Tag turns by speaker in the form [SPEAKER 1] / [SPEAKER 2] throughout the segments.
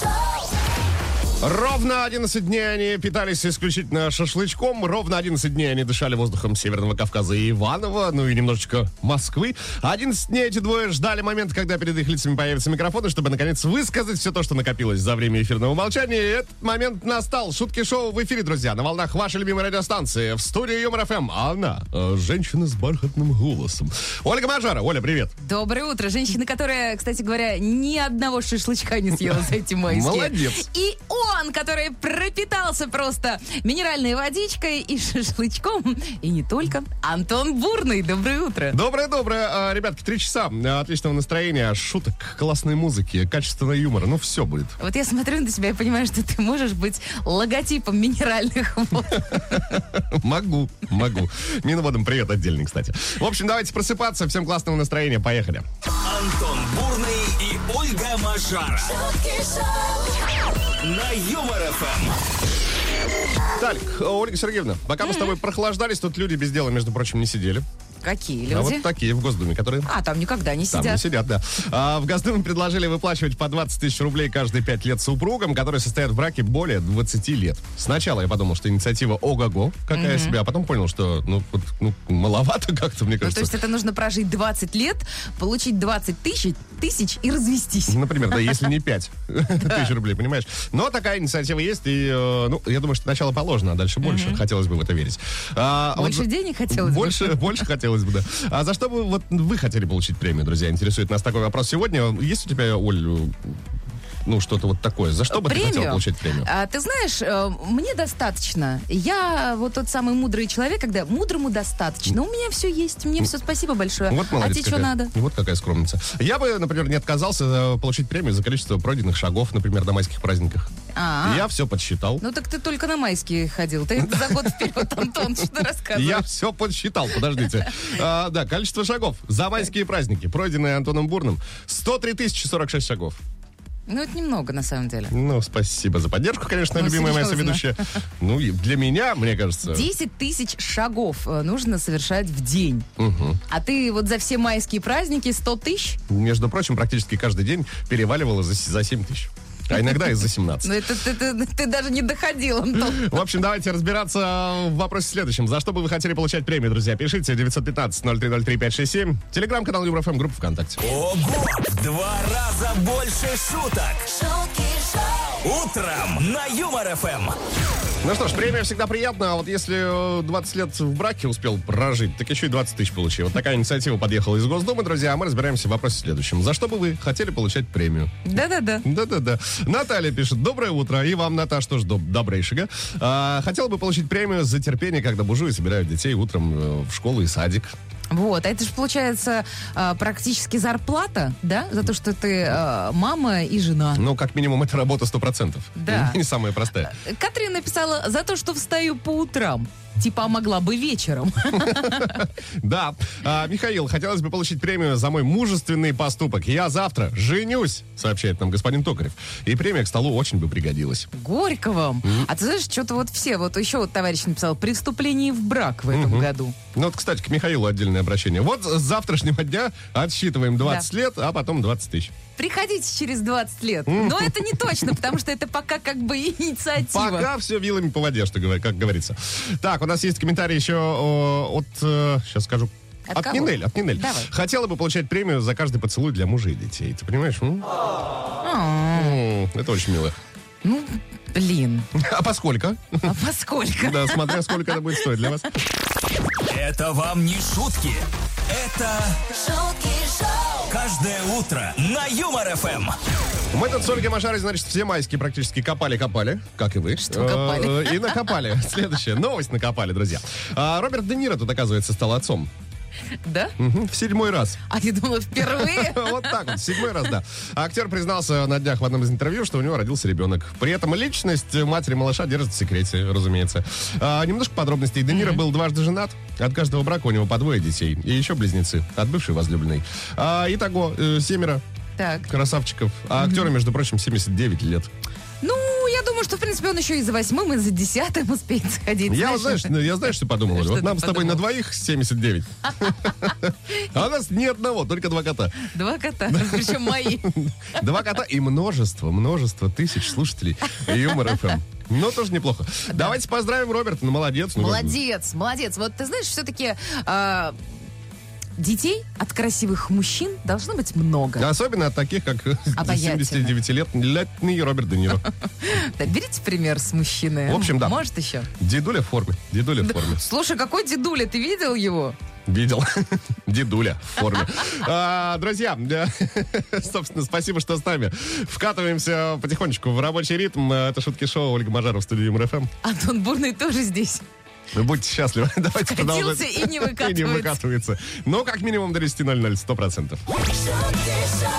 [SPEAKER 1] шоу,
[SPEAKER 2] Ровно 11 дней они питались исключительно шашлычком. Ровно 11 дней они дышали воздухом Северного Кавказа и Иванова, ну и немножечко Москвы. 11 дней эти двое ждали момента, когда перед их лицами появятся микрофоны, чтобы, наконец, высказать все то, что накопилось за время эфирного молчания. И этот момент настал. Шутки-шоу в эфире, друзья, на волнах вашей любимой радиостанции. В студии Юмор-ФМ. А она, э, женщина с бархатным голосом. Ольга Мажара. Оля, привет.
[SPEAKER 3] Доброе утро. Женщина, которая, кстати говоря, ни одного шашлычка не съела за эти майские.
[SPEAKER 2] Молодец.
[SPEAKER 3] И он, который пропитался просто минеральной водичкой и шашлычком. И не только. Антон Бурный. Доброе утро.
[SPEAKER 2] Доброе-доброе. А, Ребятки, три часа. А, Отличного настроения, шуток, классной музыки, качественного юмора. Ну, все будет.
[SPEAKER 3] Вот я смотрю на тебя и понимаю, что ты можешь быть логотипом минеральных вод.
[SPEAKER 2] Могу, могу. Минводам привет отдельный, кстати. В общем, давайте просыпаться. Всем классного настроения. Поехали.
[SPEAKER 4] Антон Бурный и Ольга Мажара
[SPEAKER 1] шутки шоу,
[SPEAKER 4] на Юмор Эм. ФМ.
[SPEAKER 2] Так, э, Ольга Сергеевна, пока мы с тобой прохлаждались, тут люди без дела, между прочим, не сидели.
[SPEAKER 3] Какие
[SPEAKER 2] А
[SPEAKER 3] люди?
[SPEAKER 2] вот такие в Госдуме, которые...
[SPEAKER 3] А, там никогда не
[SPEAKER 2] Там не
[SPEAKER 3] сидят.
[SPEAKER 2] сидят, да. А, в Госдуме предложили выплачивать по 20 тысяч рублей каждые 5 лет супругам, которые состоят в браке более 20 лет. Сначала я подумал, что инициатива ОГОГО какая себе, а потом понял, что ну, вот, ну, маловато как-то, мне
[SPEAKER 3] Ну, то
[SPEAKER 2] кажется.
[SPEAKER 3] есть это нужно прожить 20 лет, получить 20 тысяч, тысяч и развестись.
[SPEAKER 2] Например, да, если не 5 тысяч рублей, понимаешь? Но такая инициатива есть, и, э, ну, я думаю, что начало положено, а дальше больше. Хотелось бы в это верить. А, а вот
[SPEAKER 3] Больше
[SPEAKER 2] за-
[SPEAKER 3] денег хотелось бы?
[SPEAKER 2] Больше, больше хотелось бы, да. А за что бы вот вы хотели получить премию, друзья? Интересует нас такой вопрос сегодня. Есть у тебя, Оль, э, ну, что-то вот такое? За что бы ты хотела получить премию?
[SPEAKER 3] А, ты знаешь, э, мне достаточно. Я вот тот самый мудрый человек, когда мудрому достаточно. У меня все есть, мне все спасибо большое.
[SPEAKER 2] Вот молодец
[SPEAKER 3] а тебе что
[SPEAKER 2] какая.
[SPEAKER 3] надо?
[SPEAKER 2] Вот какая скромница. Я бы, например, не отказался э, получить премию за количество пройденных шагов, например, на майских праздниках.
[SPEAKER 3] А,
[SPEAKER 2] Я все подсчитал.
[SPEAKER 3] Ну так ты только на майские ходил. Ты за год вперед, Антон, что
[SPEAKER 2] Я
[SPEAKER 3] рассказываешь?
[SPEAKER 2] все подсчитал, подождите. А, да, количество шагов за майские праздники, пройденные Антоном Бурным, 103 тысячи 46 шагов.
[SPEAKER 3] Ну это немного на самом деле.
[SPEAKER 2] Ну, спасибо за поддержку, конечно,
[SPEAKER 3] Ну,
[SPEAKER 2] любимая моя
[SPEAKER 3] серьезно.
[SPEAKER 2] соведущая. Ну, и для меня, мне кажется...
[SPEAKER 3] 10 тысяч шагов э, нужно совершать в день.
[SPEAKER 2] Мгм.
[SPEAKER 3] А ты вот за все майские праздники 100 тысяч?
[SPEAKER 2] Между прочим, практически каждый день переваливала за, с- за 7 тысяч. А иногда и за 17.
[SPEAKER 3] Ну это ты, ты- ты даже не доходил, Антон.
[SPEAKER 2] В общем, давайте разбираться в вопросе следующем. За что бы вы хотели получать премию, друзья? Пишите 915-0303-567. Телеграм-канал Юмор-ФМ, группа ВКонтакте.
[SPEAKER 4] Ого! В два раза больше шуток.
[SPEAKER 1] шутки шоу,
[SPEAKER 4] Утром на Юмор Эм. ФМ.
[SPEAKER 2] Ну что ж, премия всегда приятна, а вот если э, 20 лет в браке успел прожить, так еще и 20 тысяч получил. Вот такая инициатива подъехала из Госдумы, друзья, а мы разбираемся в вопросе следующем. За что бы вы хотели получать премию?
[SPEAKER 3] Да-да-да.
[SPEAKER 2] Да-да-да. Наталья пишет, доброе утро, и вам, Наташ, тоже доб- добрейшего. А, хотела бы получить премию за терпение, когда бужу и собираю детей утром э, в школу и садик.
[SPEAKER 3] Вот, а это же получается а, практически зарплата, да, за то, что ты а, мама и жена.
[SPEAKER 2] Ну, как минимум, это работа 100%.
[SPEAKER 3] Да.
[SPEAKER 2] Не самая простая.
[SPEAKER 3] Катрин написала за то, что встаю по утрам. Типа, а могла бы вечером.
[SPEAKER 2] Да. А, Михаил, хотелось бы получить премию за мой мужественный поступок. Я завтра женюсь, сообщает нам господин Токарев. И премия к столу очень бы пригодилась.
[SPEAKER 3] Горько вам. А ты знаешь, что-то вот все, вот еще вот товарищ написал, при вступлении в брак в этом году.
[SPEAKER 2] Ну вот, кстати, к Михаилу отдельное обращение. Вот с завтрашнего дня отсчитываем 20
[SPEAKER 3] Да.
[SPEAKER 2] лет, а потом 20 тысяч.
[SPEAKER 3] Приходите через 20 лет. Но это не точно, потому что это пока как бы инициатива.
[SPEAKER 2] Пока все вилами по воде, что говор- как говорится. Так, у нас есть комментарий еще э, от... сейчас скажу.
[SPEAKER 3] От
[SPEAKER 2] От,
[SPEAKER 3] кого?
[SPEAKER 2] Нинель, от Нинель.
[SPEAKER 3] Давай.
[SPEAKER 2] Хотела бы получать премию за каждый поцелуй для мужа и детей. Ты понимаешь? М?
[SPEAKER 3] А,
[SPEAKER 2] М, Это очень мило.
[SPEAKER 3] Ну, блин.
[SPEAKER 2] А поскольку?
[SPEAKER 3] А поскольку?
[SPEAKER 2] Да, смотря сколько это будет стоить для вас.
[SPEAKER 4] Это вам не шутки. Это
[SPEAKER 1] шутки шоу,
[SPEAKER 4] каждое утро на Юмор Эм. ФМ.
[SPEAKER 2] Мы тут с Ольгой Машарой, значит, все майские практически копали-копали, как и вы.
[SPEAKER 3] Что копали?
[SPEAKER 2] Э, И накопали. Следующая новость накопали, друзья. А, Роберт Де Ниро тут, оказывается, стал отцом.
[SPEAKER 3] Да?
[SPEAKER 2] Мгм, В седьмой раз.
[SPEAKER 3] А я думала, впервые.
[SPEAKER 2] Вот так вот, в седьмой раз, да. А Актер признался на днях в одном из интервью, что у него родился ребенок. При этом личность матери малыша держит в секрете, разумеется. А, Немножко подробностей. Де Ниро был дважды женат. От каждого брака у него по двое детей. И еще близнецы. От бывшей возлюбленной. А, Итого, э, семеро.
[SPEAKER 3] Так.
[SPEAKER 2] красавчиков. А актеру, между прочим, 79 лет.
[SPEAKER 3] Ну, я думаю, что, в принципе, он еще и за восьмым, и за десятым успеет сходить.
[SPEAKER 2] Я, вот,
[SPEAKER 3] Знаешь,
[SPEAKER 2] знаешь, ну, я знаешь, что подумал? Оля?
[SPEAKER 3] Что
[SPEAKER 2] Вот
[SPEAKER 3] ты
[SPEAKER 2] нам с тобой
[SPEAKER 3] подумал?
[SPEAKER 2] на двоих 79. А у нас ни одного, только два кота.
[SPEAKER 3] Два кота, причем мои.
[SPEAKER 2] Два кота и множество, множество тысяч слушателей Юмор ФМ. Но тоже неплохо. Давайте поздравим Роберта. Ну, молодец. ну,
[SPEAKER 3] Молодец, молодец. Вот ты знаешь, все-таки а, детей от красивых мужчин должно быть много.
[SPEAKER 2] Особенно от таких, как
[SPEAKER 3] Обаятельных.
[SPEAKER 2] 79-летний Роберт Де Ниро.
[SPEAKER 3] Да, берите пример с мужчины.
[SPEAKER 2] В общем, да.
[SPEAKER 3] Может еще.
[SPEAKER 2] Дедуля в форме. Дедуля в форме.
[SPEAKER 3] Слушай, какой дедуля, ты видел его?
[SPEAKER 2] Видел. Дедуля в форме. А, Друзья, да, собственно, спасибо, что с нами. Вкатываемся потихонечку в рабочий ритм. Это шутки шоу Ольга Мажарова в студии МРФМ.
[SPEAKER 3] Антон Бурный тоже здесь.
[SPEAKER 2] Вы будете счастливы. Давайте
[SPEAKER 3] Вкатился
[SPEAKER 2] продолжать.
[SPEAKER 3] и не
[SPEAKER 2] И не
[SPEAKER 3] выкатывается.
[SPEAKER 2] выкатывается. Но как минимум до 10.00, 100%.
[SPEAKER 1] шутки шоу,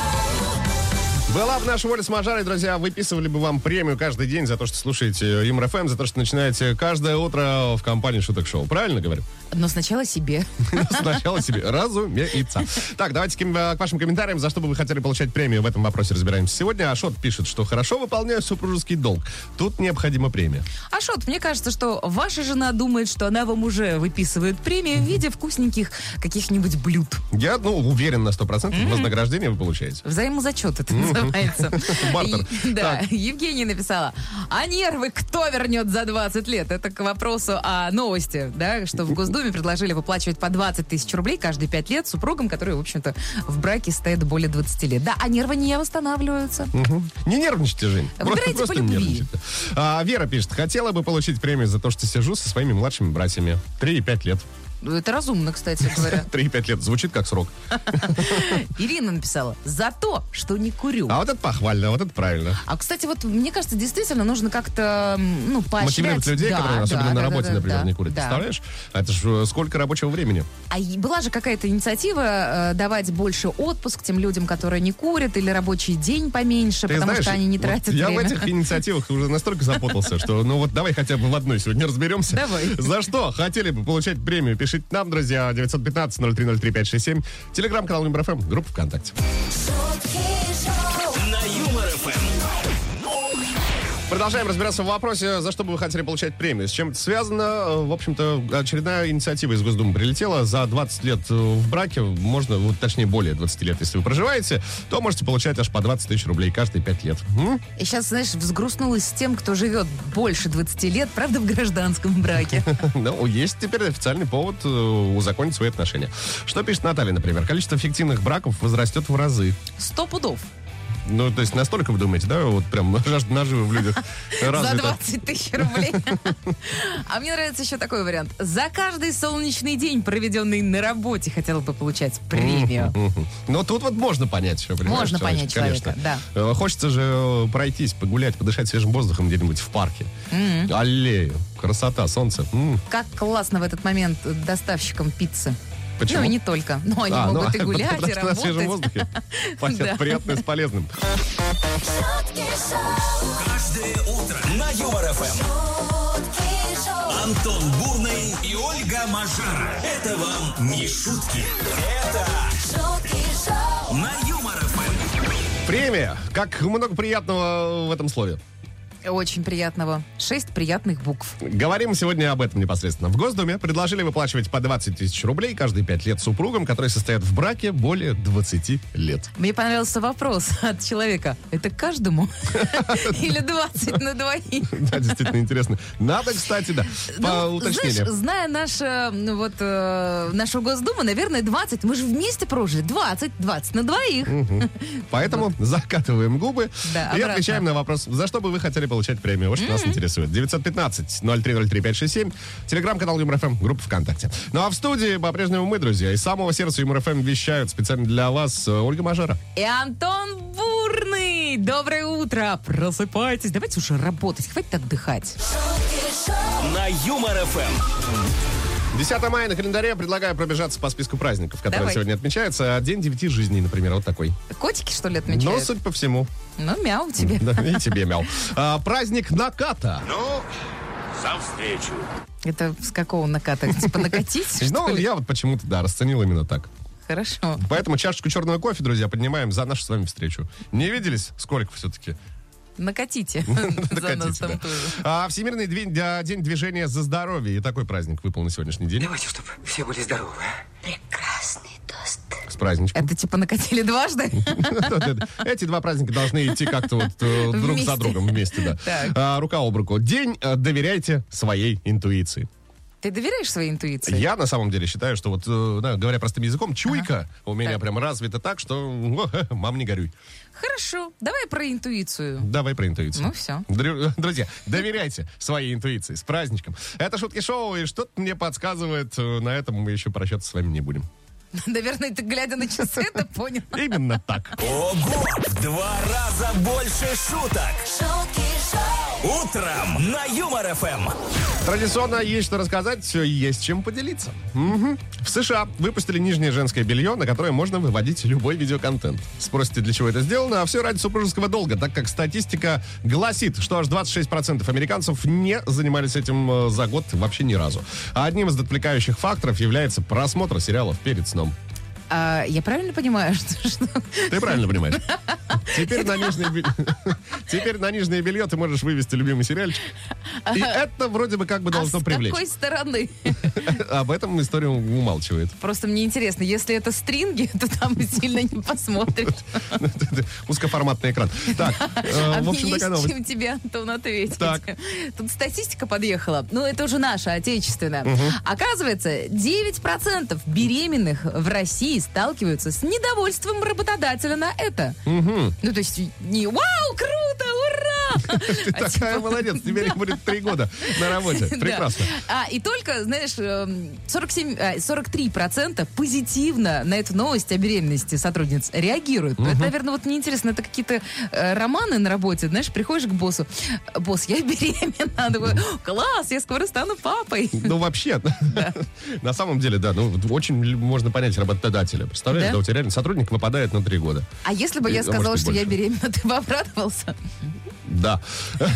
[SPEAKER 2] Была бы наша воля с Мажарой, друзья, выписывали бы вам премию каждый день за то, что слушаете МРФМ, за то, что начинаете каждое утро в компании Шуток Шоу. Правильно говорю?
[SPEAKER 3] Но сначала себе.
[SPEAKER 2] Сначала себе. Разумеется. Так, давайте к, э, к вашим комментариям, за что бы вы хотели получать премию. В этом вопросе разбираемся сегодня. Ашот пишет, что хорошо выполняю супружеский долг. Тут необходима премия.
[SPEAKER 3] Ашот, мне кажется, что ваша жена думает, что она вам уже выписывает премию в виде вкусненьких каких-нибудь блюд.
[SPEAKER 2] Я, ну, уверен на 100%, вознаграждение вы получаете.
[SPEAKER 3] Взаимозачет это называется.
[SPEAKER 2] Бартер.
[SPEAKER 3] И- Да,
[SPEAKER 2] Так.
[SPEAKER 3] Евгения написала. А нервы кто вернет за 20 лет? Это к вопросу о новости, да, что в Госдуме предложили выплачивать по 20 тысяч рублей каждые 5 лет супругам, которые, в общем-то, в браке стоят более 20 лет. Да, а нервы не восстанавливаются.
[SPEAKER 2] Мгм. Не нервничайте, Жень.
[SPEAKER 3] Выбирайте по любви.
[SPEAKER 2] А, Вера пишет, хотела бы получить премию за то, что сижу со своими младшими братьями. 3,5 лет.
[SPEAKER 3] Ну, Это разумно, кстати говоря.
[SPEAKER 2] 3,5 лет. Звучит как срок.
[SPEAKER 3] Ирина написала. За то, что не курю.
[SPEAKER 2] А вот это похвально, а вот это правильно.
[SPEAKER 3] А, кстати, вот мне кажется, действительно нужно как-то, м, ну, поощрять.
[SPEAKER 2] Мотивировать людей,
[SPEAKER 3] Да,
[SPEAKER 2] которые
[SPEAKER 3] да,
[SPEAKER 2] особенно
[SPEAKER 3] да,
[SPEAKER 2] на
[SPEAKER 3] да,
[SPEAKER 2] работе,
[SPEAKER 3] да,
[SPEAKER 2] например,
[SPEAKER 3] да,
[SPEAKER 2] не курят.
[SPEAKER 3] да.
[SPEAKER 2] Представляешь? А Это же сколько рабочего времени.
[SPEAKER 3] А и была же какая-то инициатива э, давать больше отпуск тем людям, которые не курят, или рабочий день поменьше,
[SPEAKER 2] Ты
[SPEAKER 3] потому
[SPEAKER 2] знаешь,
[SPEAKER 3] что они не
[SPEAKER 2] вот
[SPEAKER 3] тратят
[SPEAKER 2] я
[SPEAKER 3] время.
[SPEAKER 2] в этих инициативах уже настолько запутался, что ну вот давай хотя бы в одной сегодня разберемся.
[SPEAKER 3] Давай.
[SPEAKER 2] За что хотели бы получать премию? Пишите нам, друзья, 915-0303-567, телеграм-канал Юмор-ФМ, группа ВКонтакте.
[SPEAKER 1] шутки шоу,
[SPEAKER 4] На Юмор Эм. ФМ.
[SPEAKER 2] Продолжаем разбираться в вопросе, за что бы вы хотели получать премию. С чем это связано? Э, В общем-то, очередная инициатива из Госдумы прилетела. За 20 лет э, в браке, можно, вот, точнее, более 20 лет, если вы проживаете, то можете получать аж по 20 тысяч рублей каждые 5 лет. М?
[SPEAKER 3] И сейчас, знаешь, взгрустнулась с тем, кто живет больше 20 лет, правда, в гражданском браке.
[SPEAKER 2] Ну, есть теперь официальный повод э, узаконить свои отношения. Что пишет Наталья, например? Количество фиктивных браков возрастет в разы.
[SPEAKER 3] Сто пудов.
[SPEAKER 2] Ну, то есть настолько вы думаете, да, вот прям жажда наживы в людях
[SPEAKER 3] За
[SPEAKER 2] развита.
[SPEAKER 3] 20 тысяч рублей. А мне нравится еще такой вариант. За каждый солнечный день, проведенный на работе, хотела бы получать премию.
[SPEAKER 2] Мгм. Но тут вот можно понять, что понимаешь,
[SPEAKER 3] Можно понять человека,
[SPEAKER 2] да. Хочется же э, пройтись, погулять, подышать свежим воздухом где-нибудь в парке. Аллею, красота, солнце. М,
[SPEAKER 3] Как классно в этот момент доставщикам пиццы.
[SPEAKER 2] Почему?
[SPEAKER 3] Ну и не только. Но они
[SPEAKER 2] А, ну,
[SPEAKER 3] могут и гулять,
[SPEAKER 2] потому
[SPEAKER 3] и
[SPEAKER 2] что на свежем
[SPEAKER 3] работать.
[SPEAKER 2] воздухе. Понятно,
[SPEAKER 3] Да.
[SPEAKER 2] приятное с полезным.
[SPEAKER 1] шутки шоу,
[SPEAKER 4] Каждое утро на Юмор ФМ.
[SPEAKER 1] шутки шоу,
[SPEAKER 4] Антон Бурный и Ольга Мажара. Это вам не шутки. Это
[SPEAKER 1] шутки шоу,
[SPEAKER 4] на Юмор ФМ.
[SPEAKER 2] Премия. Как много приятного э, в этом слове.
[SPEAKER 3] Очень приятного. Шесть приятных букв.
[SPEAKER 2] Говорим сегодня об этом непосредственно. В Госдуме предложили выплачивать по 20 тысяч рублей каждые 5 лет супругам, которые состоят в браке более 20 лет.
[SPEAKER 3] Мне понравился вопрос от человека. Это каждому? Или 20 на двоих?
[SPEAKER 2] Да, действительно интересно. Надо, кстати, да, по
[SPEAKER 3] Ну,
[SPEAKER 2] уточнению.
[SPEAKER 3] Знаешь, зная наше, ну, вот, э, нашу Госдуму, наверное, 20. Мы же вместе прожили. 20, 20 на двоих.
[SPEAKER 2] Поэтому закатываем губы и
[SPEAKER 3] Да, обратно.
[SPEAKER 2] отвечаем на вопрос, за что бы вы хотели получать премию. Вот что нас интересует. 915-0303-567, телеграм-канал ЮморФМ, группа ВКонтакте. Ну а в студии по-прежнему мы, друзья, из самого сердца ЮморФМ вещают специально для вас э, Ольга Мажара.
[SPEAKER 3] И Антон Бурный. Доброе утро. Просыпайтесь. Давайте уже работать. Хватит отдыхать.
[SPEAKER 1] шутки шоу,
[SPEAKER 4] На Юмор ФМ.
[SPEAKER 2] 10 мая на календаре предлагаю пробежаться по списку праздников, которые
[SPEAKER 3] Давай.
[SPEAKER 2] сегодня отмечаются. День девяти жизней, например, вот такой.
[SPEAKER 3] Котики, что ли,
[SPEAKER 2] Но,
[SPEAKER 3] отмечают?
[SPEAKER 2] судя по всему,
[SPEAKER 3] Ну, мяу тебе.
[SPEAKER 2] да, и тебе, мяу. А, праздник наката.
[SPEAKER 3] Это с какого наката? Типа накатить, что
[SPEAKER 2] Ну,
[SPEAKER 3] ли?
[SPEAKER 2] я вот почему-то, да, расценил именно так.
[SPEAKER 3] Хорошо.
[SPEAKER 2] Поэтому чашечку черного кофе, друзья, поднимаем за нашу с вами встречу. Не виделись? Сколько все-таки?
[SPEAKER 3] Накатите. За нас
[SPEAKER 2] Докатите,
[SPEAKER 3] там
[SPEAKER 2] да.
[SPEAKER 3] тоже.
[SPEAKER 2] А, Всемирный дви- да, день движения за здоровье. И такой праздник выпал на сегодняшний день.
[SPEAKER 5] Давайте, чтобы все были здоровы.
[SPEAKER 1] Прекрасный тост.
[SPEAKER 2] С праздничком.
[SPEAKER 3] Это типа накатили дважды?
[SPEAKER 2] Эти два праздника должны идти как-то вот э, друг
[SPEAKER 3] Вместе.
[SPEAKER 2] за другом вместе, да.
[SPEAKER 3] Так.
[SPEAKER 2] А, Рука об руку. День э, доверяйте своей интуиции.
[SPEAKER 3] Ты доверяешь своей интуиции?
[SPEAKER 2] Я на самом деле считаю, что вот, э, да, говоря простым языком, чуйка у меня прям развита так, что о, э, мам не горюй.
[SPEAKER 3] Хорошо. Давай про интуицию.
[SPEAKER 2] Давай про интуицию.
[SPEAKER 3] Ну, всё.
[SPEAKER 2] Дрю- Друзья, доверяйте своей интуиции. С праздничком. Это шутки шоу, и что-то мне подсказывает, э, на этом мы еще прощаться с вами не будем.
[SPEAKER 3] Наверное, ты, глядя на часы, это понял.
[SPEAKER 2] Именно так.
[SPEAKER 4] Ого! В два раза больше шуток!
[SPEAKER 1] Шутки шоу.
[SPEAKER 4] Утром на Юмор ФМ!
[SPEAKER 2] Традиционно есть что рассказать, все есть чем поделиться. Мгм. В США выпустили нижнее женское белье, на которое можно выводить любой видеоконтент. Спросите, для чего это сделано, а все ради супружеского долга, так как статистика гласит, что аж 26% американцев не занимались этим э, за год вообще ни разу. А одним из отвлекающих факторов является просмотр сериалов перед сном.
[SPEAKER 3] А, я правильно понимаю, что, что
[SPEAKER 2] Ты правильно понимаешь? Теперь на нижнее белье, теперь на нижнее белье ты можешь вывести любимый сериальчик. И это вроде бы как бы
[SPEAKER 3] а
[SPEAKER 2] должно
[SPEAKER 3] с
[SPEAKER 2] привлечь.
[SPEAKER 3] какой стороны?
[SPEAKER 2] Об этом история умалчивает.
[SPEAKER 3] Просто мне интересно, если это стринги, то там сильно не посмотришь.
[SPEAKER 2] Узкоформатный экран. Так,
[SPEAKER 3] А
[SPEAKER 2] э, в
[SPEAKER 3] мне
[SPEAKER 2] общем,
[SPEAKER 3] есть
[SPEAKER 2] такая новость.
[SPEAKER 3] чем тебе, Антон, ответить.
[SPEAKER 2] Так.
[SPEAKER 3] Тут статистика подъехала. Ну, это уже наша, отечественная. Оказывается, 9% беременных в России сталкиваются с недовольством работодателя на это. Ну, то есть, не «Вау, круто, ура!»
[SPEAKER 2] Ты
[SPEAKER 3] А
[SPEAKER 2] такая
[SPEAKER 3] типа-
[SPEAKER 2] молодец, тебе будет три года на работе.
[SPEAKER 3] Да.
[SPEAKER 2] Прекрасно.
[SPEAKER 3] А, и только, знаешь, эм, 47, а, 43% позитивно на эту новость о беременности сотрудниц реагируют. Это, наверное, вот неинтересно. Это какие-то э, романы на работе. Знаешь, приходишь к боссу. Босс, я беременна. Думаю, класс, я скоро стану папой.
[SPEAKER 2] Ну, вообще, на самом деле, да, ну, вот очень л- можно понять работодателя. Представляешь,
[SPEAKER 3] Да?
[SPEAKER 2] да, у тебя реально сотрудник выпадает на три года.
[SPEAKER 3] А если бы
[SPEAKER 2] И,
[SPEAKER 3] я
[SPEAKER 2] а
[SPEAKER 3] сказала,
[SPEAKER 2] может, и
[SPEAKER 3] что я
[SPEAKER 2] больше.
[SPEAKER 3] беременна, ты бы обрадовался?
[SPEAKER 2] Да. А.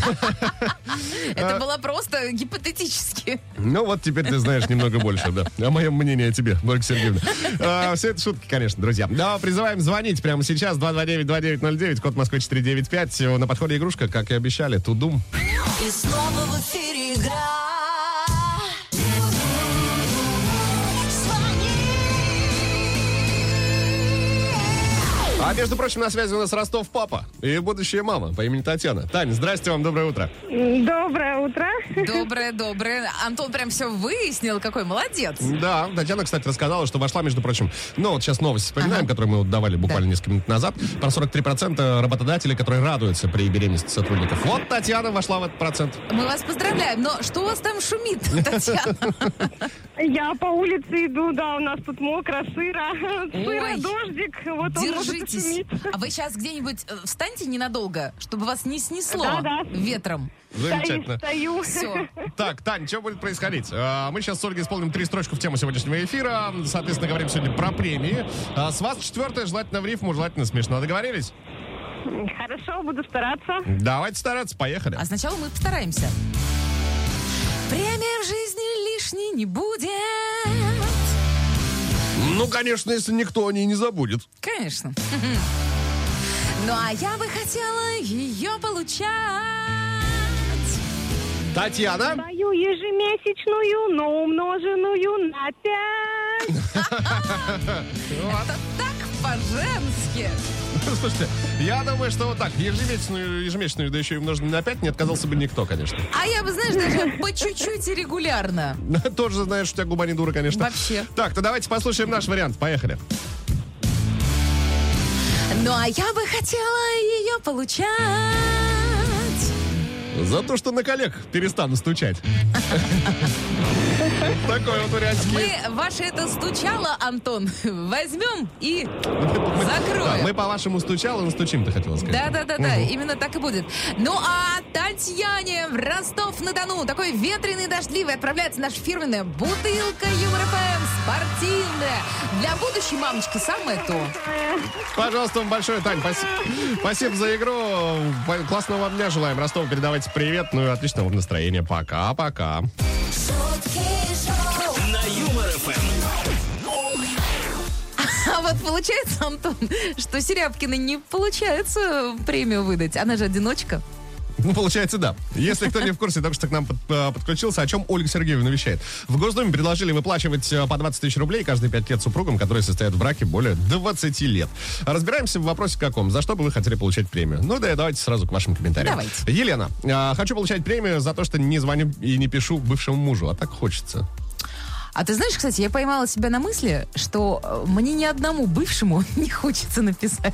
[SPEAKER 3] Это было просто гипотетически.
[SPEAKER 2] Ну вот теперь ты знаешь немного больше, да. О моем мнении о тебе, Марк Сергеевна. А, все это шутки, конечно, друзья. Да, призываем звонить прямо сейчас. 229-2909, код Москвы 495. На подходе игрушка, как и обещали, Тудум.
[SPEAKER 1] И снова в эфире игра. Звони.
[SPEAKER 2] А между прочим, на связи у нас Ростов папа и будущая мама по имени Татьяна. Таня, здрасте вам, доброе утро.
[SPEAKER 6] Доброе утро.
[SPEAKER 3] Доброе, доброе. Антон прям все выяснил. Какой молодец.
[SPEAKER 2] Да, Татьяна, кстати, рассказала, что вошла, между прочим, ну вот сейчас новость вспоминаем, которую мы вот давали буквально
[SPEAKER 3] Да.
[SPEAKER 2] несколько минут назад, про 43% работодателей, которые радуются при беременности сотрудников. Вот Татьяна вошла в этот процент.
[SPEAKER 3] Мы вас поздравляем, но что у вас там шумит, Татьяна?
[SPEAKER 6] Я по улице иду, да, у нас тут мокро, сыро. Сыро,
[SPEAKER 3] Ой.
[SPEAKER 6] дождик, вот он может и
[SPEAKER 3] Держитесь.
[SPEAKER 6] шумит.
[SPEAKER 3] А вы сейчас где-нибудь э, встаньте ненадолго, чтобы вас не снесло
[SPEAKER 6] Да-да.
[SPEAKER 3] ветром.
[SPEAKER 2] Замечательно.
[SPEAKER 6] Стою,
[SPEAKER 3] Все.
[SPEAKER 6] стою.
[SPEAKER 2] Так, Тань, что будет происходить? А, Мы сейчас с Ольгой исполним три строчку в тему сегодняшнего эфира. Соответственно, говорим сегодня про премии. А С вас четвертая, желательно в рифму, желательно смешно. Договорились?
[SPEAKER 6] Хорошо, буду стараться.
[SPEAKER 2] Давайте стараться, поехали.
[SPEAKER 3] А сначала мы постараемся. Премия в жизни лишней не будет.
[SPEAKER 2] Ну, конечно, если никто о ней не забудет.
[SPEAKER 3] Конечно. Ну а я бы хотела ее получать.
[SPEAKER 2] Татьяна?
[SPEAKER 6] Мою ежемесячную, но умноженную на пять.
[SPEAKER 3] Это так по-женски.
[SPEAKER 2] Слушайте, я думаю, что вот так, ежемесячную, ежемесячную, да еще и умноженную на 5, не отказался бы никто, конечно.
[SPEAKER 3] А я бы, знаешь, даже по чуть-чуть и регулярно.
[SPEAKER 2] Тоже знаешь, у тебя губа не дура, конечно.
[SPEAKER 3] Вообще.
[SPEAKER 2] Так, то давайте послушаем наш вариант. Поехали.
[SPEAKER 3] Ну а я бы хотела ее получать.
[SPEAKER 2] За то, что на коллег перестану стучать. Такой вот
[SPEAKER 3] Мы
[SPEAKER 2] вариантик.
[SPEAKER 3] ваше это стучало, Антон, возьмем и
[SPEAKER 2] Да, Мы
[SPEAKER 3] закроем.
[SPEAKER 2] по-вашему стучал и настучим-то хотела сказать.
[SPEAKER 3] Да-да-да-да, именно так и будет. Ну а Татьяне в Ростов-на-Дону, такой ветреный и дождливый, отправляется наша фирменная бутылка Юмор ФМ, спортивная. Для будущей мамочки самое то.
[SPEAKER 2] Пожалуйста, вам большое, Тань, спасибо, спасибо за игру. По- Классного вам дня желаем. Ростов, передавайте привет. Ну и отличного вам настроения. Пока-пока.
[SPEAKER 1] Шутки шоу.
[SPEAKER 4] На Юмор ФМ!
[SPEAKER 3] А вот получается, Антон, что Серябкина не получается премию выдать. Она же одиночка.
[SPEAKER 2] Ну, получается, да. Если кто не в курсе, только что к нам под- э, подключился, о чем Ольга Сергеевна вещает. В Госдуме предложили выплачивать э, по 20 тысяч рублей каждые 5 лет супругам, которые состоят в браке более 20 лет. Разбираемся в вопросе каком. За что бы вы хотели получать премию? Ну да, и давайте сразу к вашим комментариям.
[SPEAKER 3] Давайте.
[SPEAKER 2] Елена, э, хочу получать премию за то, что не звоню и не пишу бывшему мужу, а так хочется.
[SPEAKER 3] А ты знаешь, кстати, я поймала себя на мысли, что э, мне ни одному бывшему не хочется написать.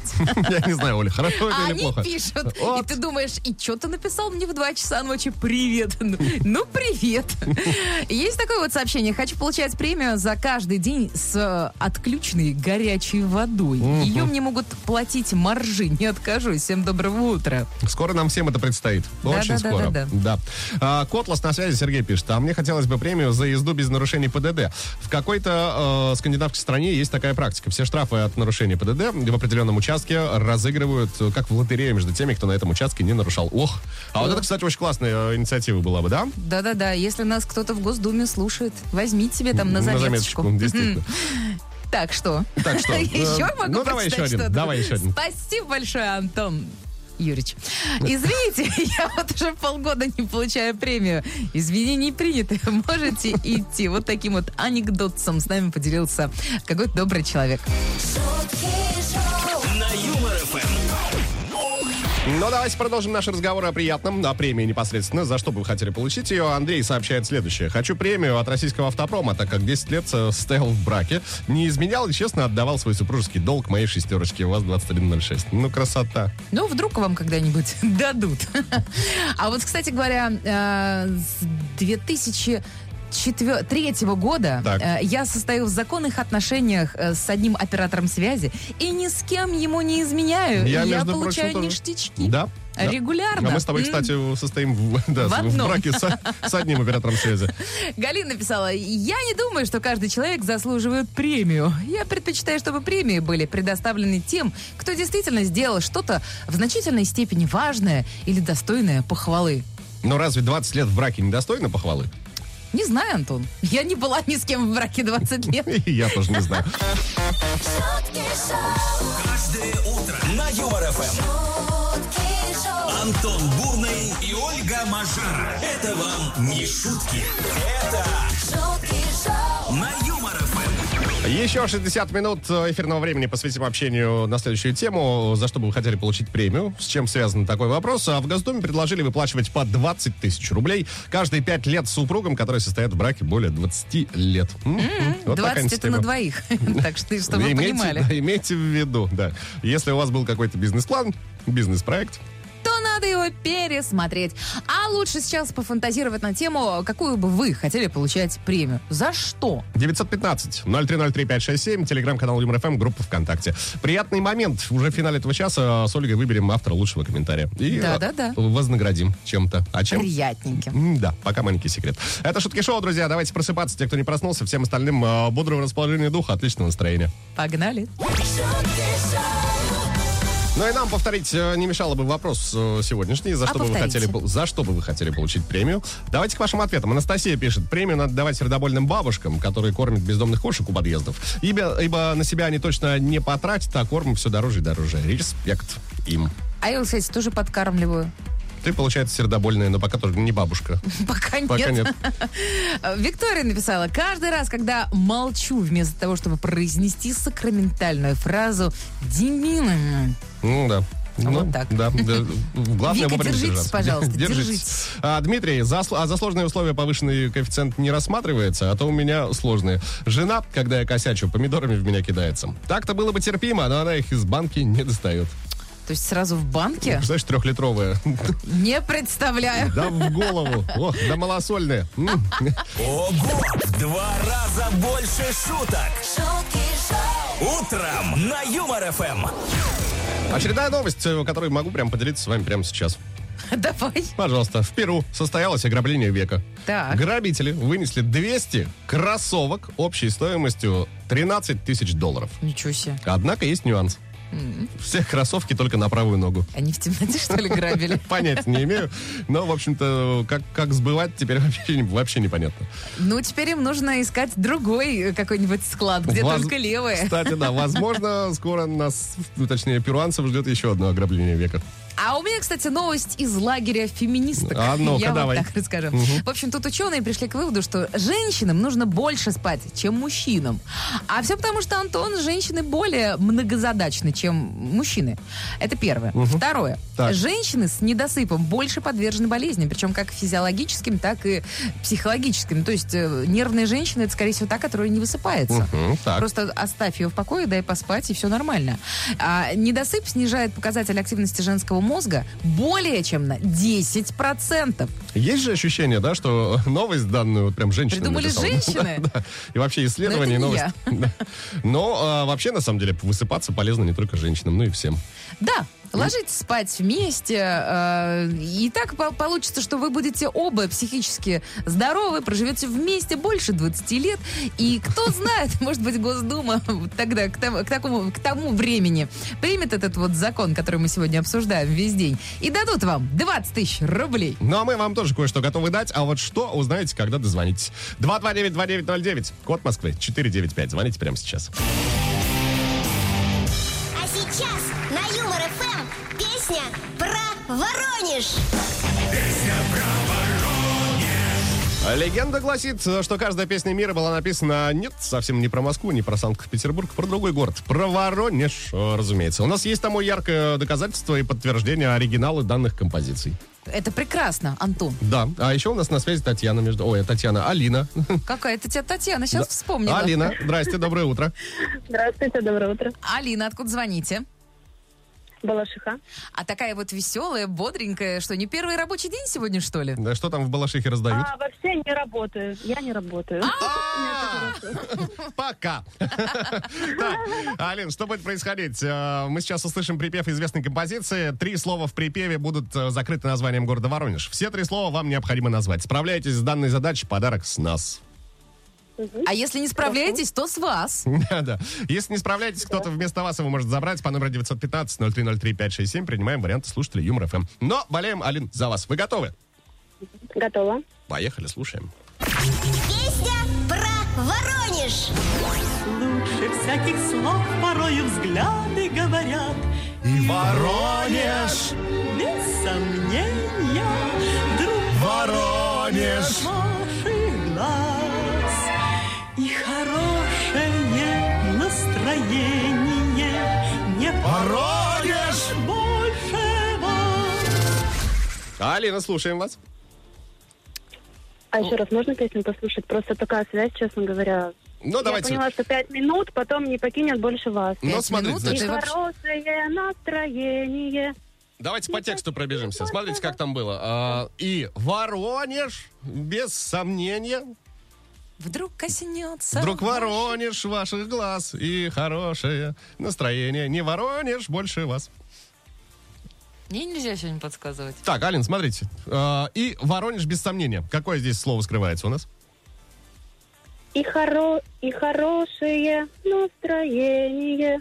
[SPEAKER 2] Я не знаю, Оля, хорошо
[SPEAKER 3] А
[SPEAKER 2] это или
[SPEAKER 3] они
[SPEAKER 2] плохо.
[SPEAKER 3] пишут.
[SPEAKER 2] Вот.
[SPEAKER 3] И ты думаешь, и что ты написал мне в 2 часа ночи? Привет. Ну, Ну, привет. Есть такое вот сообщение. Хочу получать премию за каждый день с э, отключенной горячей водой. Ее мне могут платить маржи. Не откажусь. Всем доброго утра.
[SPEAKER 2] Скоро нам всем это предстоит. Очень
[SPEAKER 3] да, да,
[SPEAKER 2] скоро.
[SPEAKER 3] да,
[SPEAKER 2] да. А, Котлас на связи, Сергей пишет. А мне хотелось бы премию за езду без нарушений ПДД. В какой-то э, скандинавской стране есть такая практика. Все штрафы от нарушения ПДД в определенном участке разыгрывают, э, как в лотерею, между теми, кто на этом участке не нарушал. Ох. А вот это, кстати, очень классная э, инициатива была бы, да?
[SPEAKER 3] Да-да-да, если нас кто-то в Госдуме слушает, возьмите себе там на заметочку.
[SPEAKER 2] Действительно.
[SPEAKER 3] Так что?
[SPEAKER 2] Так что, э,
[SPEAKER 3] Еще могу
[SPEAKER 2] ну, давай
[SPEAKER 3] прочитать
[SPEAKER 2] еще один,
[SPEAKER 3] что-то?
[SPEAKER 2] давай еще один.
[SPEAKER 3] Спасибо большое, Антон. Юрич, извините, я вот уже полгода не получаю премию. Извинений принято. Можете идти. Вот таким вот анекдотцем с нами поделился какой-то добрый человек.
[SPEAKER 1] шутки шоу,
[SPEAKER 4] На Юмор ФМ.
[SPEAKER 2] Ну, давайте продолжим наш разговор о приятном, о премии непосредственно. За что бы вы хотели получить ее? Андрей сообщает следующее. Хочу премию от российского автопрома, так как 10 лет э, стоял в браке, не изменял и честно отдавал свой супружеский долг моей шестерочке ВАЗ-2106. Ну, красота.
[SPEAKER 3] Ну, вдруг вам когда-нибудь дадут. А вот, кстати говоря, э, с 2003 года
[SPEAKER 2] Так.
[SPEAKER 3] э, я состою в законных отношениях э, с одним оператором связи и ни с кем ему не изменяю.
[SPEAKER 2] Я,
[SPEAKER 3] Я,
[SPEAKER 2] между прочим,
[SPEAKER 3] получаю
[SPEAKER 2] тоже.
[SPEAKER 3] ништячки.
[SPEAKER 2] Да. да.
[SPEAKER 3] Регулярно.
[SPEAKER 2] А мы с тобой,
[SPEAKER 3] М.
[SPEAKER 2] кстати, состоим в, да,
[SPEAKER 3] В
[SPEAKER 2] в
[SPEAKER 3] одном.
[SPEAKER 2] браке с, с одним оператором связи.
[SPEAKER 3] Галина написала, я не думаю, что каждый человек заслуживает премию. Я предпочитаю, чтобы премии были предоставлены тем, кто действительно сделал что-то в значительной степени важное или достойное похвалы.
[SPEAKER 2] Но разве 20 лет в браке недостойно похвалы?
[SPEAKER 3] Не знаю, Антон. Я не была ни с кем в браке 20 лет.
[SPEAKER 2] Я тоже не знаю.
[SPEAKER 1] шутки шоу,
[SPEAKER 4] Каждое утро на Юмор ФМ.
[SPEAKER 1] шутки шоу.
[SPEAKER 4] Антон Бурный и Ольга Мажара. Это вам не шутки. Это
[SPEAKER 1] Шутки шоу,
[SPEAKER 4] на Юмор ФМ.
[SPEAKER 2] Еще 60 минут э, эфирного времени посвятим общению на следующую тему. За что бы вы хотели получить премию? С чем связан такой вопрос? А в Госдуме предложили выплачивать по 20 тысяч рублей каждые 5 лет супругам, которые состоят в браке более 20 лет. М, м, вот такая
[SPEAKER 3] 20 это
[SPEAKER 2] инициатива.
[SPEAKER 3] на двоих. Так что, чтобы вы
[SPEAKER 2] Имейте-
[SPEAKER 3] понимали.
[SPEAKER 2] да, имейте в виду, да. Если у вас был какой-то бизнес-план, бизнес-проект,
[SPEAKER 3] то надо его пересмотреть. А лучше сейчас пофантазировать на тему, какую бы вы хотели получать премию. За что?
[SPEAKER 2] 915-0303-567, телеграм-канал ЮморФМ, группа ВКонтакте. Приятный момент. Уже в финале этого часа э, с Ольгой выберем автора лучшего комментария. И
[SPEAKER 3] Да-да-да.
[SPEAKER 2] э, вознаградим чем-то. А чем?
[SPEAKER 3] Приятненько.
[SPEAKER 2] М, Да, пока маленький секрет. Это Шутки Шоу, друзья. Давайте просыпаться. Те, кто не проснулся, всем остальным э, бодрого расположения духа, отличного настроения.
[SPEAKER 3] Погнали.
[SPEAKER 1] шутки шоу,
[SPEAKER 2] Ну и нам повторить э, не мешало бы вопрос э, сегодняшний. За
[SPEAKER 3] А
[SPEAKER 2] что, бы вы
[SPEAKER 3] повторите.
[SPEAKER 2] хотели, пол- за что бы вы хотели получить премию? Давайте к вашим ответам. Анастасия пишет. Премию надо давать сердобольным бабушкам, которые кормят бездомных кошек у подъездов. Ибо, ибо на себя они точно не потратят, а корм все дороже и дороже. Респект им.
[SPEAKER 3] А я, кстати, тоже подкармливаю.
[SPEAKER 2] Ты, получается, сердобольная, но пока тоже не бабушка.
[SPEAKER 3] Пока нет.
[SPEAKER 2] Пока нет.
[SPEAKER 3] Виктория написала, каждый раз, когда молчу, вместо того, чтобы произнести сакраментальную фразу «Димина»,
[SPEAKER 2] Ну да.
[SPEAKER 3] А Вот
[SPEAKER 2] Ну,
[SPEAKER 3] так.
[SPEAKER 2] Да, да. Главное
[SPEAKER 3] Вика,
[SPEAKER 2] вовремя
[SPEAKER 3] держитесь,
[SPEAKER 2] держаться.
[SPEAKER 3] пожалуйста,
[SPEAKER 2] Держитесь.
[SPEAKER 3] держитесь.
[SPEAKER 2] А, Дмитрий, за, сло- а за сложные условия повышенный коэффициент не рассматривается, а то у меня сложные. Жена, когда я косячу, помидорами в меня кидается. Так-то было бы терпимо, но она их из банки не достает. Ну,
[SPEAKER 3] то есть сразу в банке,
[SPEAKER 2] Представляешь, трехлитровая.
[SPEAKER 3] не представляю.
[SPEAKER 2] Да в голову. О, да малосольная. М.
[SPEAKER 4] Ого! В два раза больше шуток.
[SPEAKER 1] шутки шоу,
[SPEAKER 4] Утром на Юмор Эм. ФМ.
[SPEAKER 2] Очередная новость, э, которую могу прям поделиться с вами прямо сейчас.
[SPEAKER 3] Давай.
[SPEAKER 2] Пожалуйста, в Перу состоялось ограбление века.
[SPEAKER 3] Так.
[SPEAKER 2] Грабители вынесли 200 кроссовок общей стоимостью 13 тысяч долларов.
[SPEAKER 3] Ничего себе.
[SPEAKER 2] Однако есть нюанс. Всех кроссовки только на правую ногу.
[SPEAKER 3] Они в темноте, что ли, грабили?
[SPEAKER 2] Понятия не имею, но, в общем-то, как, как сбывать теперь вообще, не- вообще непонятно.
[SPEAKER 3] Ну, теперь им нужно искать другой э, какой-нибудь склад, где
[SPEAKER 2] Воз-
[SPEAKER 3] только левые.
[SPEAKER 2] Кстати, да, возможно, скоро нас, ну, точнее, перуанцев ждет еще одно ограбление века.
[SPEAKER 3] А у меня, кстати, новость из лагеря феминисток.
[SPEAKER 2] А ну-ка,
[SPEAKER 3] Я
[SPEAKER 2] давай.
[SPEAKER 3] вам так расскажу. В общем, тут ученые пришли к выводу, что женщинам нужно больше спать, чем мужчинам. А все потому, что, Антон, женщины более многозадачны, чем мужчины. Это первое. Второе.
[SPEAKER 2] Так.
[SPEAKER 3] Женщины с недосыпом больше подвержены болезням, причем как физиологическим, так и психологическим. То есть э, нервная женщина, это, скорее всего, та, которая не высыпается.
[SPEAKER 2] Мгм, так.
[SPEAKER 3] Просто оставь ее в покое, дай поспать, и все нормально. А недосып снижает показатель активности женского мозга более чем на 10%.
[SPEAKER 2] Есть же ощущение, да, что новость данную вот прям женщина
[SPEAKER 3] Придумали
[SPEAKER 2] написала.
[SPEAKER 3] женщины?
[SPEAKER 2] Да, да. И вообще исследования, и
[SPEAKER 3] Но
[SPEAKER 2] новость.
[SPEAKER 3] это
[SPEAKER 2] Да. Но а, вообще, на самом деле, высыпаться полезно не только женщинам, но и всем.
[SPEAKER 3] Да, ложитесь спать вместе, э, и так по- получится, что вы будете оба психически здоровы, проживете вместе больше 20 лет, и кто знает, может быть, Госдума тогда к тому, к такому, к тому времени примет этот вот закон, который мы сегодня обсуждаем весь день, и дадут вам 20 тысяч рублей.
[SPEAKER 2] Ну, а мы вам тоже кое-что готовы дать, а вот что узнаете, когда дозвонитесь. 229-2909, код Москвы, 495. Звоните прямо сейчас.
[SPEAKER 5] А сейчас на Юмор ФМ песня про Воронеж.
[SPEAKER 2] Легенда гласит, что каждая песня мира была написана нет, совсем не про Москву, не про Санкт-Петербург, про другой город, про Воронеж, э, разумеется. У нас есть тому яркое доказательство и подтверждение оригинала данных композиций.
[SPEAKER 3] Это прекрасно, Антон.
[SPEAKER 2] Да, а еще у нас на связи Татьяна между... Ой, Татьяна, Алина.
[SPEAKER 3] Какая-то тебя Татьяна сейчас вспомнила.
[SPEAKER 2] Алина, здрасте, доброе утро.
[SPEAKER 6] Здравствуйте, доброе утро.
[SPEAKER 3] Алина, откуда звоните?
[SPEAKER 6] Балашиха.
[SPEAKER 3] А такая вот веселая, бодренькая, что не первый рабочий день сегодня, что ли?
[SPEAKER 2] Да что там в Балашихе раздают?
[SPEAKER 6] А, вообще не работаю. Я не работаю.
[SPEAKER 3] А?
[SPEAKER 2] Пока. Так, Алин, что будет происходить? Э, Мы сейчас услышим припев известной композиции. Три слова в припеве будут э, закрыты названием города Воронеж. Все три слова вам необходимо назвать. Справляйтесь с данной задачей, подарок с нас.
[SPEAKER 3] А если не справляетесь, то с вас.
[SPEAKER 2] Да. Если не справляетесь, кто-то вместо вас его может забрать по номеру 915-0303-567. Принимаем варианты слушателей Юмор ФМ. эм. Но болеем, Алин, за вас. Вы готовы?
[SPEAKER 6] Готова.
[SPEAKER 2] Поехали, слушаем.
[SPEAKER 5] Песня про Воронеж.
[SPEAKER 7] Лучше всяких слов порою взгляды говорят
[SPEAKER 2] И Воронеж,
[SPEAKER 7] Без сомнения Друг
[SPEAKER 2] Воронеж.
[SPEAKER 7] хороший глаз И хорошее настроение Не
[SPEAKER 2] Воронеж!
[SPEAKER 7] просишь большего
[SPEAKER 2] Алина, ну, слушаем вас.
[SPEAKER 6] А еще раз можно песню послушать? Просто такая связь, честно говоря.
[SPEAKER 2] Ну, давайте.
[SPEAKER 6] Я поняла, что пять минут, потом не покинет больше вас.
[SPEAKER 2] Ну,
[SPEAKER 3] Пять
[SPEAKER 2] смотрите,
[SPEAKER 3] минут,
[SPEAKER 2] значит,
[SPEAKER 6] И
[SPEAKER 3] это вообще-
[SPEAKER 6] хорошее настроение.
[SPEAKER 2] Давайте по тексту пробежимся. Смотрите, как там было. А, И Воронеж, без сомнения,
[SPEAKER 3] Вдруг коснется.
[SPEAKER 2] вдруг Воронеж ваших глаз и хорошее настроение. Не Воронеж, больше вас.
[SPEAKER 3] Мне нельзя сегодня подсказывать.
[SPEAKER 2] Так, Алин, смотрите. А, И Воронеж, без сомнения. Какое здесь слово скрывается у нас?
[SPEAKER 6] И, хоро... и хорошее настроение.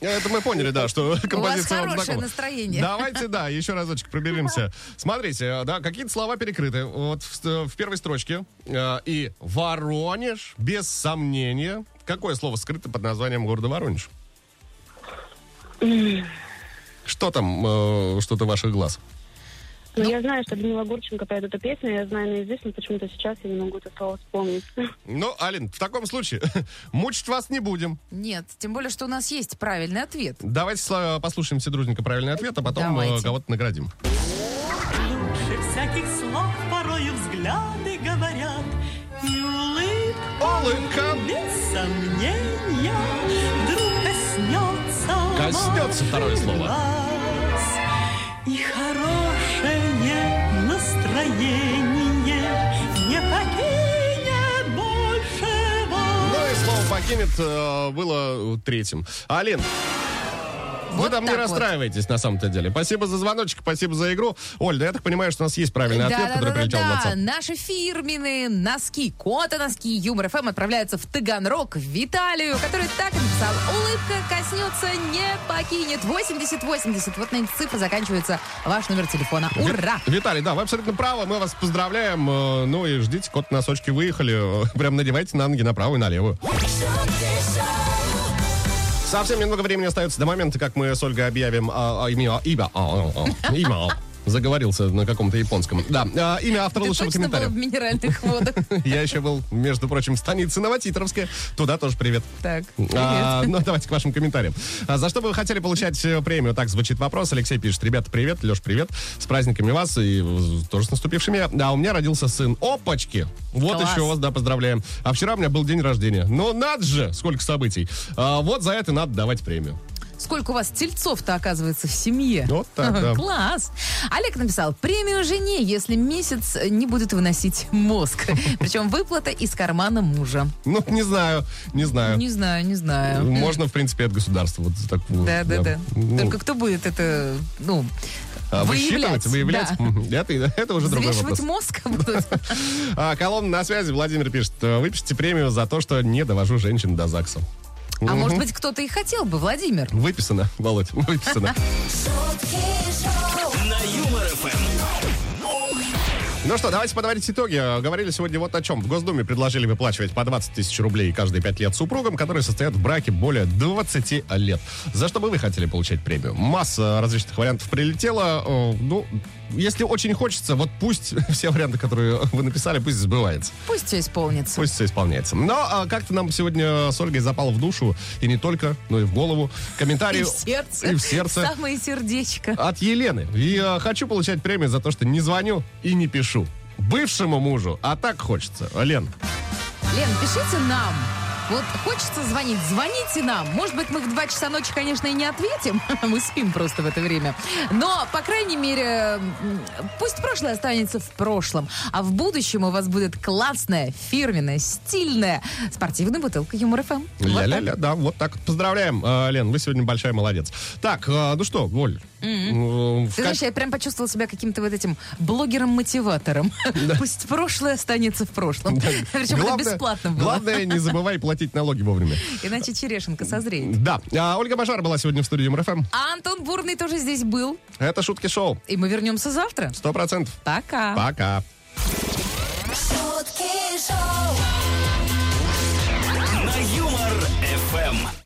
[SPEAKER 2] Это мы поняли, да, что
[SPEAKER 3] У вас
[SPEAKER 2] композиция вам
[SPEAKER 3] хорошее
[SPEAKER 2] знакома.
[SPEAKER 3] настроение.
[SPEAKER 2] Давайте, да, еще разочек проберемся. Смотрите, да, какие-то слова перекрыты. Вот в, в первой строчке. э, И Воронеж, без сомнения. Какое слово скрыто под названием города Воронеж? Что там, э, что-то ваших глаз?
[SPEAKER 6] Ну, я знаю, что Людмила Гурченко поет эту песню, я знаю наизусть, но почему-то сейчас я не могу это слово вспомнить.
[SPEAKER 2] Ну, Алин, в таком случае мучить вас не будем.
[SPEAKER 3] Нет, тем более, что у нас есть правильный ответ.
[SPEAKER 2] Давайте сла- послушаем все дружненько правильный ответ, а потом э,
[SPEAKER 3] Давайте.
[SPEAKER 2] кого-то наградим.
[SPEAKER 7] Лучше всяких слов порою взгляды говорят И улыбка
[SPEAKER 2] Улыбка
[SPEAKER 7] Без сомнения, вдруг коснется
[SPEAKER 2] Коснется второе
[SPEAKER 7] ваших
[SPEAKER 2] слово.
[SPEAKER 7] глаз. И хорошее настроение не покинет больше вас.
[SPEAKER 2] Ну и слово покинет э, было третьим. Алин, Вы
[SPEAKER 3] Вот
[SPEAKER 2] там не
[SPEAKER 3] так вот.
[SPEAKER 2] расстраивайтесь, на самом-то деле. Спасибо за звоночек, спасибо за игру. Оль, да я так понимаю, что у нас есть правильный ответ, который прилетел в
[SPEAKER 3] Да-да-да-да-да.
[SPEAKER 2] WhatsApp.
[SPEAKER 3] Наши фирменные носки, кота носки Юмор ФМ отправляются в Таганрог, в Виталию, который так и написал. Улыбка коснется, не покинет. 80-80. Вот на эти цифры заканчивается ваш номер телефона.
[SPEAKER 2] Ви-
[SPEAKER 3] Ура!
[SPEAKER 2] Виталий, да, вы абсолютно правы, мы вас поздравляем. Э, Ну и ждите, кот-носочки выехали. Э, Прям надевайте на ноги на правую и на левую.
[SPEAKER 1] шутки шоу,
[SPEAKER 2] Совсем немного времени остается до момента, как мы с Ольгой объявим а, а, имя, имя, а, а, а, имя. Заговорился на каком-то японском. Да, а, имя автора
[SPEAKER 3] Ты
[SPEAKER 2] лучшего
[SPEAKER 3] точно был
[SPEAKER 2] комментария.
[SPEAKER 3] в минеральных водах.
[SPEAKER 2] Я еще был, между прочим, в станице Новотитровске. Туда тоже привет.
[SPEAKER 3] Так,
[SPEAKER 2] А,
[SPEAKER 3] привет.
[SPEAKER 2] ну, давайте к вашим комментариям. А за что бы вы хотели получать э, премию? Так звучит вопрос. Алексей пишет. Ребята, привет. Леш, привет. С праздниками вас и э, тоже с наступившими. Да, у меня родился сын. Опачки! Вот
[SPEAKER 3] Класс.
[SPEAKER 2] еще вас, да, поздравляем. А вчера у меня был день рождения. Ну, надо же! Сколько событий. А, вот за это надо давать премию.
[SPEAKER 3] Сколько у вас тельцов-то оказывается в семье?
[SPEAKER 2] Вот так, да.
[SPEAKER 3] Класс. Олег написал, премию жене, если месяц не будет выносить мозг. Причем выплата из кармана мужа.
[SPEAKER 2] Ну, не знаю, не знаю.
[SPEAKER 3] Не знаю, не знаю.
[SPEAKER 2] Можно, в принципе, от государства. Вот за такую.
[SPEAKER 3] Да, да, да.
[SPEAKER 2] Ну,
[SPEAKER 3] Только кто будет это, ну,
[SPEAKER 2] а,
[SPEAKER 3] выявлять?
[SPEAKER 2] высчитывать, выявлять.
[SPEAKER 3] Да.
[SPEAKER 2] Мгм. Это, это уже другой вопрос.
[SPEAKER 3] Взвешивать мозг будут.
[SPEAKER 2] А, колонна на связи. Владимир пишет. э, Выпишите премию за то, что не довожу женщин до ЗАГСа.
[SPEAKER 3] А может быть, кто-то и хотел бы, Владимир.
[SPEAKER 2] Выписано, Володь, выписано.
[SPEAKER 1] шутки шоу,
[SPEAKER 4] На Юмор ФМ.
[SPEAKER 2] Ну что, давайте подводить итоги. Э, Говорили сегодня вот о чем. В Госдуме предложили выплачивать по 20 тысяч рублей каждые 5 лет супругам, которые состоят в браке более 20 лет. За что бы вы хотели получать премию? Масса различных вариантов прилетела. Э, Ну, если очень хочется, вот пусть все варианты, которые вы написали, пусть сбывается.
[SPEAKER 3] Пусть все исполнится.
[SPEAKER 2] Пусть все исполняется. Но а, как-то нам сегодня с Ольгой запал в душу, и не только, но и в голову, комментарий
[SPEAKER 3] И в сердце.
[SPEAKER 2] и в сердце
[SPEAKER 3] Самое сердечко.
[SPEAKER 2] от Елены. Я хочу получать премию за то, что не звоню и не пишу. Бывшему мужу, а так хочется. Лен,
[SPEAKER 3] Лен, пишите нам. Вот хочется звонить, звоните нам. Может быть, мы в 2 часа ночи, конечно, и не ответим. Мы спим просто в это время. Но, по крайней мере, м, пусть прошлое останется в прошлом. А в будущем у вас будет классная, фирменная, стильная спортивная бутылка Юмор ФМ. Вот так.
[SPEAKER 2] ля-ля-ля, да, вот так. вот. Поздравляем, э, Лен, вы сегодня большая молодец. Так, э, ну что, Оль, э, в
[SPEAKER 3] Ты
[SPEAKER 2] качестве-
[SPEAKER 3] знаешь, я прям почувствовала себя каким-то вот этим блогером-мотиватором. Пусть прошлое останется в прошлом. Причем это
[SPEAKER 2] главное-
[SPEAKER 3] бесплатно было.
[SPEAKER 2] Главное, не забывай платить налоги вовремя.
[SPEAKER 3] Иначе черешенка созреет.
[SPEAKER 2] Да, а Ольга Бажар была сегодня в студии МРФМ.
[SPEAKER 3] А Антон Бурный тоже здесь был.
[SPEAKER 2] Это Шутки Шоу.
[SPEAKER 3] И мы вернемся завтра.
[SPEAKER 2] Сто процентов.
[SPEAKER 3] Пока.
[SPEAKER 2] Пока.